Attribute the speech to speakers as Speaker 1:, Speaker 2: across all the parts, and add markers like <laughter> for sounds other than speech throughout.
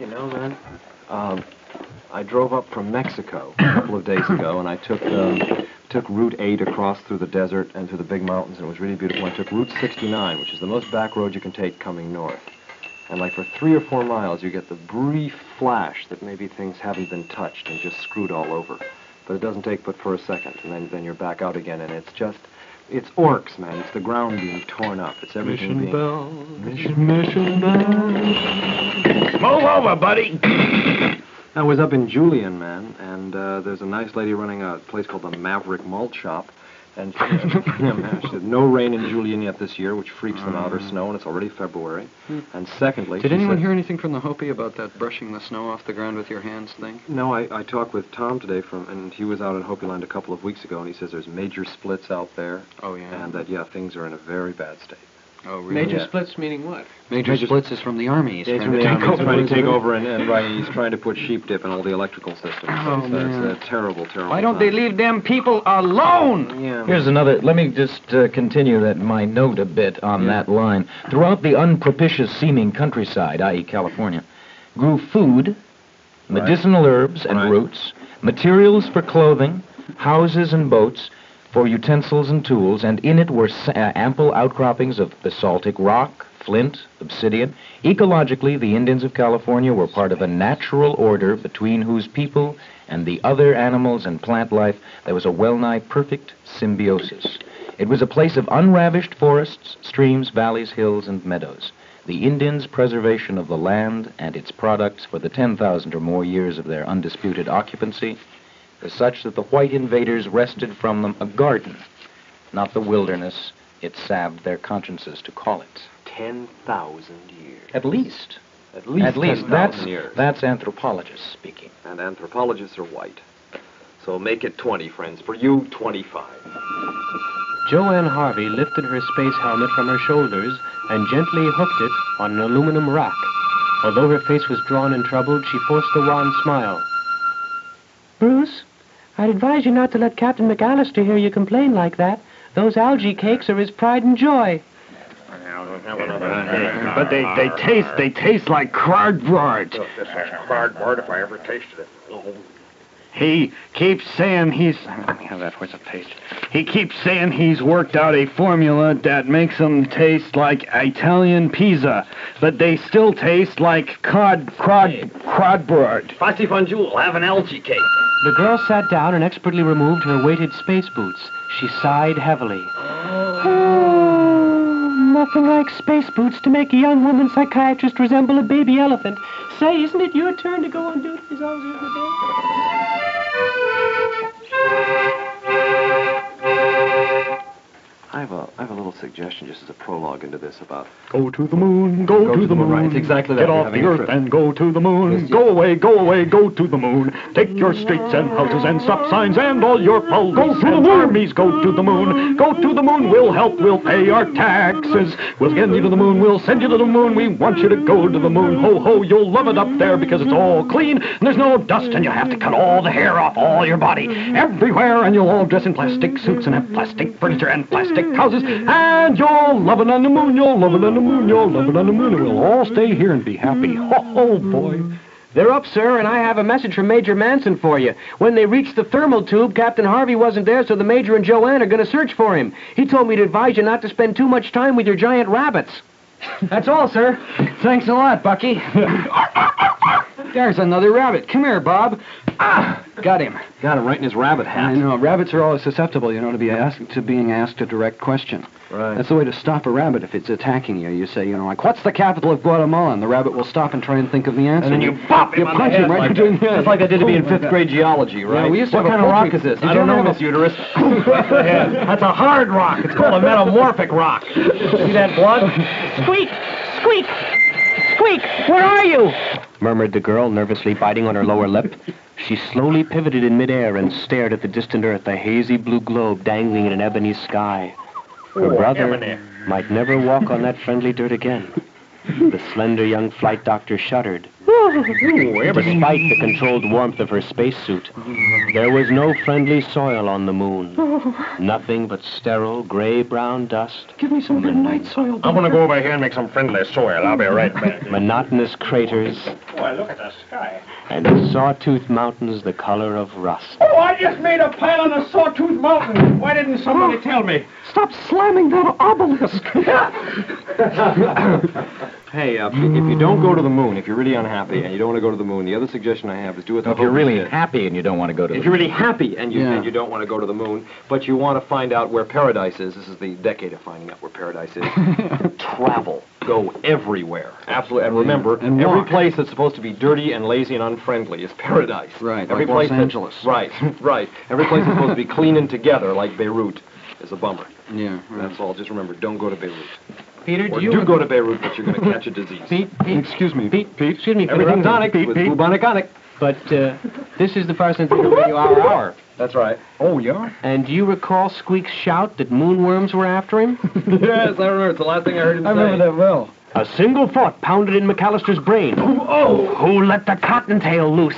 Speaker 1: You know, man, um, I drove up from Mexico a couple of days ago, and I took um, took Route 8 across through the desert and through the big mountains, and it was really beautiful. I took Route 69, which is the most back road you can take coming north. And like for three or four miles, you get the brief flash that maybe things haven't been touched and just screwed all over. But it doesn't take but for a second, and then, then you're back out again, and it's just, it's orcs, man. It's the ground being torn up. It's everything
Speaker 2: Mission
Speaker 1: being...
Speaker 2: bells, mission bells.
Speaker 3: Move
Speaker 4: <clears throat>
Speaker 3: over, buddy.
Speaker 1: I was up in Julian, man, and uh, there's a nice lady running a place called the Maverick Malt Shop. And <laughs> she, yeah, man, she said, no rain in Julian yet this year, which freaks them out, or snow, and it's already February. And secondly...
Speaker 4: Mm. Hmm. Did
Speaker 1: she
Speaker 4: anyone
Speaker 1: said-
Speaker 4: hear anything from the Hopi about that brushing the snow off the ground with your hands thing?
Speaker 1: No, I, I talked with Tom today from, and he was out in Hopi Land a couple of weeks ago, and he says there's major splits out there,
Speaker 4: Oh, yeah.
Speaker 1: and that yeah, things are in a very bad state.
Speaker 4: oh, really?
Speaker 2: Major
Speaker 1: Yeah.
Speaker 2: splits meaning what?
Speaker 4: Major,
Speaker 1: Major-
Speaker 4: Splits is from the Army. He's trying to take over.
Speaker 1: trying to take over, and, and right, he's trying to put sheep dip in all the electrical systems.
Speaker 4: Oh,
Speaker 1: it's,
Speaker 4: man.
Speaker 1: it's a terrible, terrible.
Speaker 4: Why don't they
Speaker 1: time.
Speaker 4: leave them people alone?
Speaker 1: Yeah.
Speaker 3: Here's another. Let me just uh, continue that my note a bit on that line. Throughout the unpropitious seeming countryside, i.e., California, grew food, medicinal herbs and
Speaker 1: Right.
Speaker 3: roots, materials for clothing, houses and boats, for utensils and tools, and in it were sa- uh, ample outcroppings of basaltic rock, flint, obsidian. Ecologically, the Indians of California were part of a natural order between whose people and the other animals and plant life there was a well nigh perfect symbiosis. It was a place of unravished forests, streams, valleys, hills, and meadows. The Indians' preservation of the land and its products for the 10,000 or more years of their undisputed occupancy was such that the white invaders wrested from them a garden, not the wilderness it salved their consciences to call it.
Speaker 1: Ten thousand years.
Speaker 3: At least.
Speaker 1: At least.
Speaker 3: At least
Speaker 1: 10,000
Speaker 3: that's,
Speaker 1: years.
Speaker 3: that's anthropologists speaking.
Speaker 1: And anthropologists are white. So make it 20, friends. For you, 25.
Speaker 2: Joanne Harvey lifted her space helmet from her shoulders and gently hooked it on an aluminum rack. Although her face was drawn and troubled, she forced a wan smile.
Speaker 5: Bruce, I'd advise you not to let Captain McAllister hear you complain like that. Those algae cakes are his pride and joy.
Speaker 6: But they, they taste they taste like cardboard.
Speaker 7: This is cardboard if I ever tasted it.
Speaker 6: He keeps saying he's let me have that where's the page. He keeps saying he's worked out a formula that makes them taste like Italian pizza, but they still taste like cod crod cardboard.
Speaker 7: Foxy Funjul, have an algae cake.
Speaker 2: The girl sat down and expertly removed her weighted space boots. She sighed heavily.
Speaker 5: Oh, nothing like space boots to make a young woman psychiatrist resemble a baby elephant. Say, isn't it your turn to go on duty as long as you're the day?
Speaker 1: I have a, I have a little suggestion just as a prologue into this about.
Speaker 6: Go to the moon, go, to, the moon.
Speaker 1: Right, it's exactly that.
Speaker 6: Get
Speaker 1: We're
Speaker 6: off
Speaker 1: having
Speaker 6: the
Speaker 1: a
Speaker 6: earth
Speaker 1: trip.
Speaker 6: and go to the moon.
Speaker 1: Yes,
Speaker 6: Go away, go away, go to the moon. Take your streets and houses and stop signs and all your police go to and the armies. Go to the moon. Go to the moon. We'll help. We'll pay our taxes. We'll send you to the moon. We'll send you to the moon. We want you to go to the moon. Ho ho! You'll love it up there because it's all clean and there's no dust and you have to cut all the hair off all your body everywhere and you'll all dress in plastic suits and have plastic furniture and plastic houses and you'll love it on the moon. You'll love it on the moon. You'll love it on the moon. And we'll all stay here and be happy. Ho ho, boy!
Speaker 2: They're up, sir, and I have a message from Major Manson for you. When they reached the thermal tube, Captain Harvey wasn't there, so the Major and Joanne are going to search for him. He told me to advise you not to spend too much time with your giant rabbits. That's all, sir. Thanks a lot, Bucky. <laughs> There's another rabbit. Come here, Bob. Ah, got him.
Speaker 1: Got him right in his rabbit hat.
Speaker 4: I know. Rabbits are always susceptible, you know, to be asked to being asked a direct question.
Speaker 1: Right.
Speaker 4: That's the way to stop a rabbit if it's attacking you. You say, you know, like, what's the capital of Guatemala? And the rabbit will stop and try and think of the answer.
Speaker 1: and then you bop him
Speaker 4: you
Speaker 1: on
Speaker 4: punch
Speaker 1: the head
Speaker 4: him right
Speaker 1: like
Speaker 4: between the
Speaker 1: that. Just like I did to me in fifth grade geology, right?
Speaker 4: we used to
Speaker 1: what
Speaker 4: have a
Speaker 1: kind of rock
Speaker 4: poultry-
Speaker 1: is this?
Speaker 4: Did
Speaker 1: I
Speaker 4: you
Speaker 1: don't
Speaker 4: ever
Speaker 1: know,
Speaker 4: have a-
Speaker 1: Miss Uterus. <laughs>
Speaker 6: That's a hard rock. It's called a metamorphic rock. See that blood?
Speaker 5: Squeak! Squeak! Squeak! Where are you?
Speaker 2: murmured the girl, nervously biting on her lower lip. She slowly pivoted in midair and stared at the distant earth, a hazy blue globe dangling in an ebony sky. Her brother might never walk on that friendly dirt again. The slender young flight doctor shuddered. Despite the controlled warmth of her spacesuit, there was no friendly soil on the moon. Nothing but sterile gray-brown dust,
Speaker 5: Give me some of your night soil.
Speaker 7: I'm gonna go over here and make some friendly soil. I'll be right back.
Speaker 2: monotonous craters,
Speaker 8: I look at the sky.
Speaker 2: and the Sawtooth Mountain's the color of rust.
Speaker 8: Oh, I just made a pile on a Sawtooth Mountain. Why didn't somebody tell me?
Speaker 4: Stop slamming that
Speaker 1: <laughs>
Speaker 4: obelisk.
Speaker 1: Hey, uh, if you don't go to the moon, if you're really unhappy and you don't want to go to the moon, the other suggestion I have is do it. the
Speaker 3: If you're
Speaker 1: Hopi
Speaker 3: really
Speaker 1: did.
Speaker 3: happy and you don't want to go to
Speaker 1: If
Speaker 3: the
Speaker 1: you're really happy and you
Speaker 4: Yeah.
Speaker 1: and you don't want to go to the moon, but you want to find out where paradise is, this is the decade of finding out where paradise
Speaker 4: <laughs>
Speaker 1: is. Travel, go everywhere, absolutely. And remember,
Speaker 4: And
Speaker 1: every
Speaker 4: walk.
Speaker 1: place that's supposed to be dirty and lazy and unfriendly is paradise.
Speaker 4: Right,
Speaker 1: Every
Speaker 4: like Los
Speaker 1: place that-
Speaker 4: Angeles.
Speaker 1: right, <laughs> right. Every place that's supposed to be clean and together, like Beirut, is a bummer.
Speaker 4: yeah.
Speaker 1: That's all. Just remember, don't go to Beirut.
Speaker 5: Peter,
Speaker 1: Or
Speaker 5: do you...
Speaker 1: do go to Beirut, but you're going to catch a disease.
Speaker 5: Pete, Pete,
Speaker 4: Excuse me.
Speaker 5: Pete, Pete, excuse me for
Speaker 1: Everything's
Speaker 5: interrupting,
Speaker 1: onic with bubonic onic.
Speaker 5: but uh, this is the Parsons Theater Radio Hour Hour.
Speaker 1: That's right.
Speaker 4: Oh, yeah?
Speaker 5: And do you recall Squeak's shout that moonworms were after
Speaker 1: <laughs>
Speaker 5: him?
Speaker 1: yes, I remember. It's the last thing I heard him
Speaker 4: I
Speaker 1: say.
Speaker 4: remember that well.
Speaker 2: A single thought pounded in McAllister's brain.
Speaker 1: oh!
Speaker 2: Who let the cottontail loose?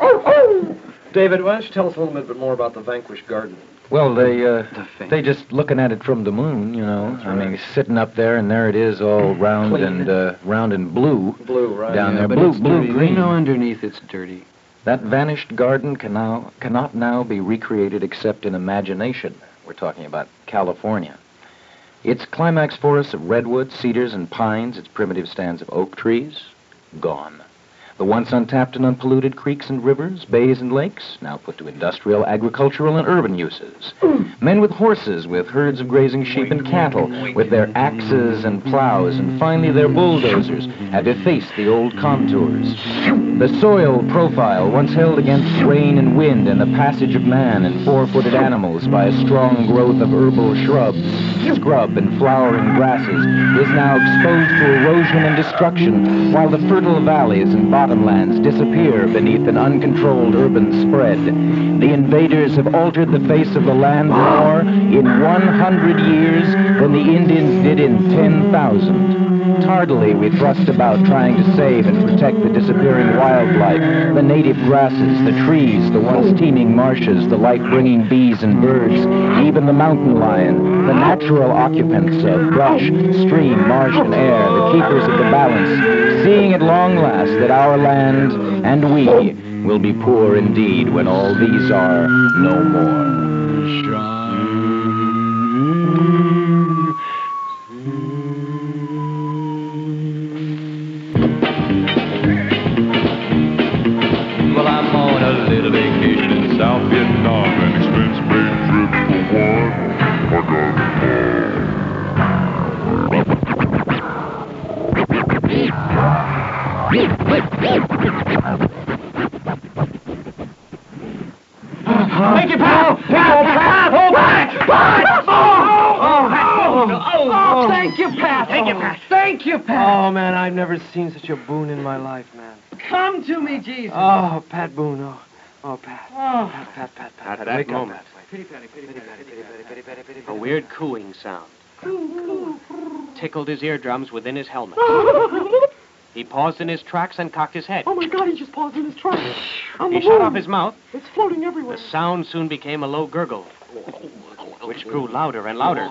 Speaker 1: oh! David, why don't you tell us a little bit more about the Vanquished Garden?
Speaker 3: Well, they uh,
Speaker 4: thing.
Speaker 3: they just looking at it from the moon, you know. I mean, sitting up there, and there it is, all
Speaker 4: Mm.
Speaker 3: round and uh, round and blue.
Speaker 1: Blue, right?
Speaker 3: Down
Speaker 4: Yeah,
Speaker 3: there,
Speaker 4: but
Speaker 3: blue,
Speaker 4: it's
Speaker 3: blue,
Speaker 4: dirty. We
Speaker 3: green.
Speaker 4: know underneath it's dirty.
Speaker 3: That vanished garden can now, cannot now be recreated except in imagination. We're talking about California. Its climax forests of redwood, cedars, and pines, its primitive stands of oak trees, gone. The once untapped and unpolluted creeks and rivers, bays and lakes, now put to industrial, agricultural, and urban uses. Men with horses, with herds of grazing sheep and cattle, with their axes and plows, and finally their bulldozers, have effaced the old contours. The soil profile, once held against rain and wind and the passage of man and four-footed animals by a strong growth of herbal shrubs, scrub and flowering grasses, is now exposed to erosion and destruction, while the fertile valleys and bottomlands disappear beneath an uncontrolled urban spread. The invaders have altered the face of the land more in 100 years than the Indians did in 10,000. Tardily, we thrust about trying to save and protect the disappearing wildlife, the native grasses, the trees, the once teeming marshes, the life-bringing bees and birds, even the mountain lion, the natural occupants of brush, stream, marsh, and air, the keepers of the balance, seeing at long last that our land and we will be poor indeed when all these are no more.
Speaker 9: Well, I'm on a little vacation in South Vietnam, an expense paid trip for one. I got
Speaker 8: Thank you, pal. Pal, pal, pal, Pat. Pat. Oh, oh, oh, oh, thank you, Pat. Thank you, Pat. Thank you, Pat.
Speaker 5: Oh, man, I've never seen such a boon in my life, man.
Speaker 8: Come to me, Jesus.
Speaker 5: Oh, Pat Boone, oh. Oh, Pat.
Speaker 8: Oh.
Speaker 5: Pat, Pat, Pat, Pat.
Speaker 2: At that
Speaker 5: wake up,
Speaker 2: moment.
Speaker 5: Pat.
Speaker 8: Pity, Patty, pity, Patty, pity, Patty, pity, Patty, pity,
Speaker 2: A
Speaker 8: Patty.
Speaker 2: weird cooing sound tickled his eardrums within his helmet.
Speaker 8: <laughs>
Speaker 2: He paused in his tracks and cocked his head.
Speaker 8: Oh, my God, he just paused in his truck. On
Speaker 2: He shut off his mouth.
Speaker 8: It's floating everywhere.
Speaker 2: The sound soon became a low gurgle, which grew louder and louder,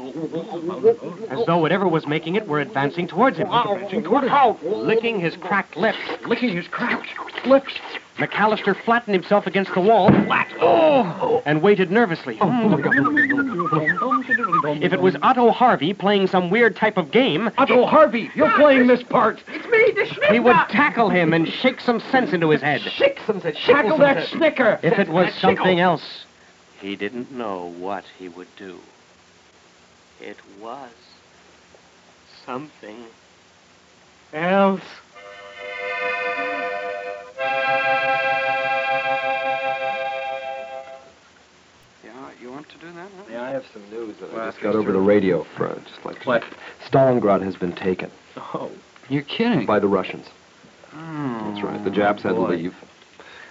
Speaker 2: as though whatever was making it were advancing towards him. Licking his cracked lips. Licking his cracked lips. McAllister flattened himself against the wall Oh. and waited nervously.
Speaker 8: Oh.
Speaker 2: Hmm. If it was Otto Harvey playing some weird type of game,
Speaker 8: Otto Harvey, you're playing this part. It's me, the Schnicker.
Speaker 2: he would tackle him and shake some sense into his head.
Speaker 8: tackle that Snicker.
Speaker 2: If it was something else, he didn't know what he would do. It was something else.
Speaker 4: Yeah, you want to do that? Huh?
Speaker 1: Yeah, I have some news that I just got over the radio for just like what? Stalingrad has been taken
Speaker 4: You're kidding.
Speaker 1: by the Russians.
Speaker 4: Oh.
Speaker 1: That's right. The Japs had to leave.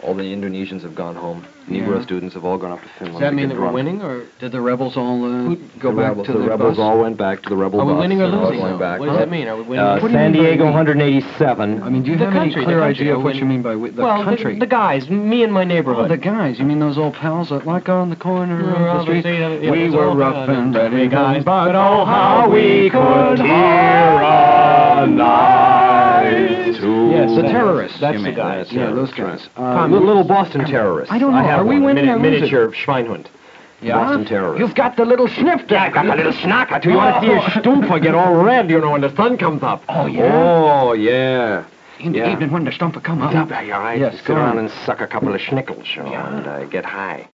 Speaker 1: All the Indonesians have gone home. Negro
Speaker 4: Yeah.
Speaker 1: students have all gone up to Finland.
Speaker 4: Does that
Speaker 1: to get
Speaker 4: mean that we're
Speaker 1: drunk.
Speaker 4: winning, or did the rebels all uh, go
Speaker 1: the
Speaker 4: back
Speaker 1: rebels,
Speaker 4: to
Speaker 1: the
Speaker 4: their
Speaker 1: rebels
Speaker 4: bus?
Speaker 1: all went back to the rebel
Speaker 4: Are we
Speaker 1: bus.
Speaker 4: winning or
Speaker 1: They're all
Speaker 4: losing,
Speaker 1: going
Speaker 4: though?
Speaker 1: back.
Speaker 4: What does that mean? Are we winning?
Speaker 1: Uh,
Speaker 4: What do you
Speaker 1: San
Speaker 4: mean by
Speaker 1: Diego
Speaker 4: winning?
Speaker 1: 187.
Speaker 4: I mean, do you
Speaker 5: The
Speaker 4: have
Speaker 5: country,
Speaker 4: any
Speaker 5: the
Speaker 4: clear
Speaker 5: country,
Speaker 4: idea
Speaker 5: are
Speaker 4: of what
Speaker 5: we-
Speaker 4: you mean by wi- the
Speaker 5: well,
Speaker 4: country?
Speaker 5: The, the guys, me and my
Speaker 4: Oh,
Speaker 5: neighborhood.
Speaker 4: the guys. You mean those old pals that like on the corner
Speaker 5: We're all
Speaker 4: of the street?
Speaker 5: the- yeah,
Speaker 4: we
Speaker 5: it's
Speaker 4: were
Speaker 5: all
Speaker 4: rough
Speaker 5: done.
Speaker 4: and ready
Speaker 5: Hey, guys,
Speaker 4: but oh,
Speaker 5: oh, how we could
Speaker 4: hear a night.
Speaker 1: Two.
Speaker 4: Yes, the terrorists.
Speaker 3: That's
Speaker 4: you
Speaker 3: the
Speaker 4: mean,
Speaker 3: guy.
Speaker 4: right, Yeah, those guys. Uh,
Speaker 1: Little, little Boston terrorist.
Speaker 4: I don't know.
Speaker 1: I have
Speaker 4: Are we
Speaker 1: one.
Speaker 4: winning
Speaker 1: Mini-
Speaker 4: or losing?
Speaker 1: miniature Schweinhund. Boston terrorist.
Speaker 4: You've got the little snifter.
Speaker 1: I got a little schnacker too. You want to see a stupa get all red, you know, when the sun comes up. Oh, yeah? Oh, yeah.
Speaker 4: In the
Speaker 1: Yeah.
Speaker 4: evening when the stumper come up.
Speaker 1: Yeah, you're right.
Speaker 4: Yes,
Speaker 1: Sit
Speaker 4: go on.
Speaker 1: around and suck a couple of schnickels, you know, and uh, get high.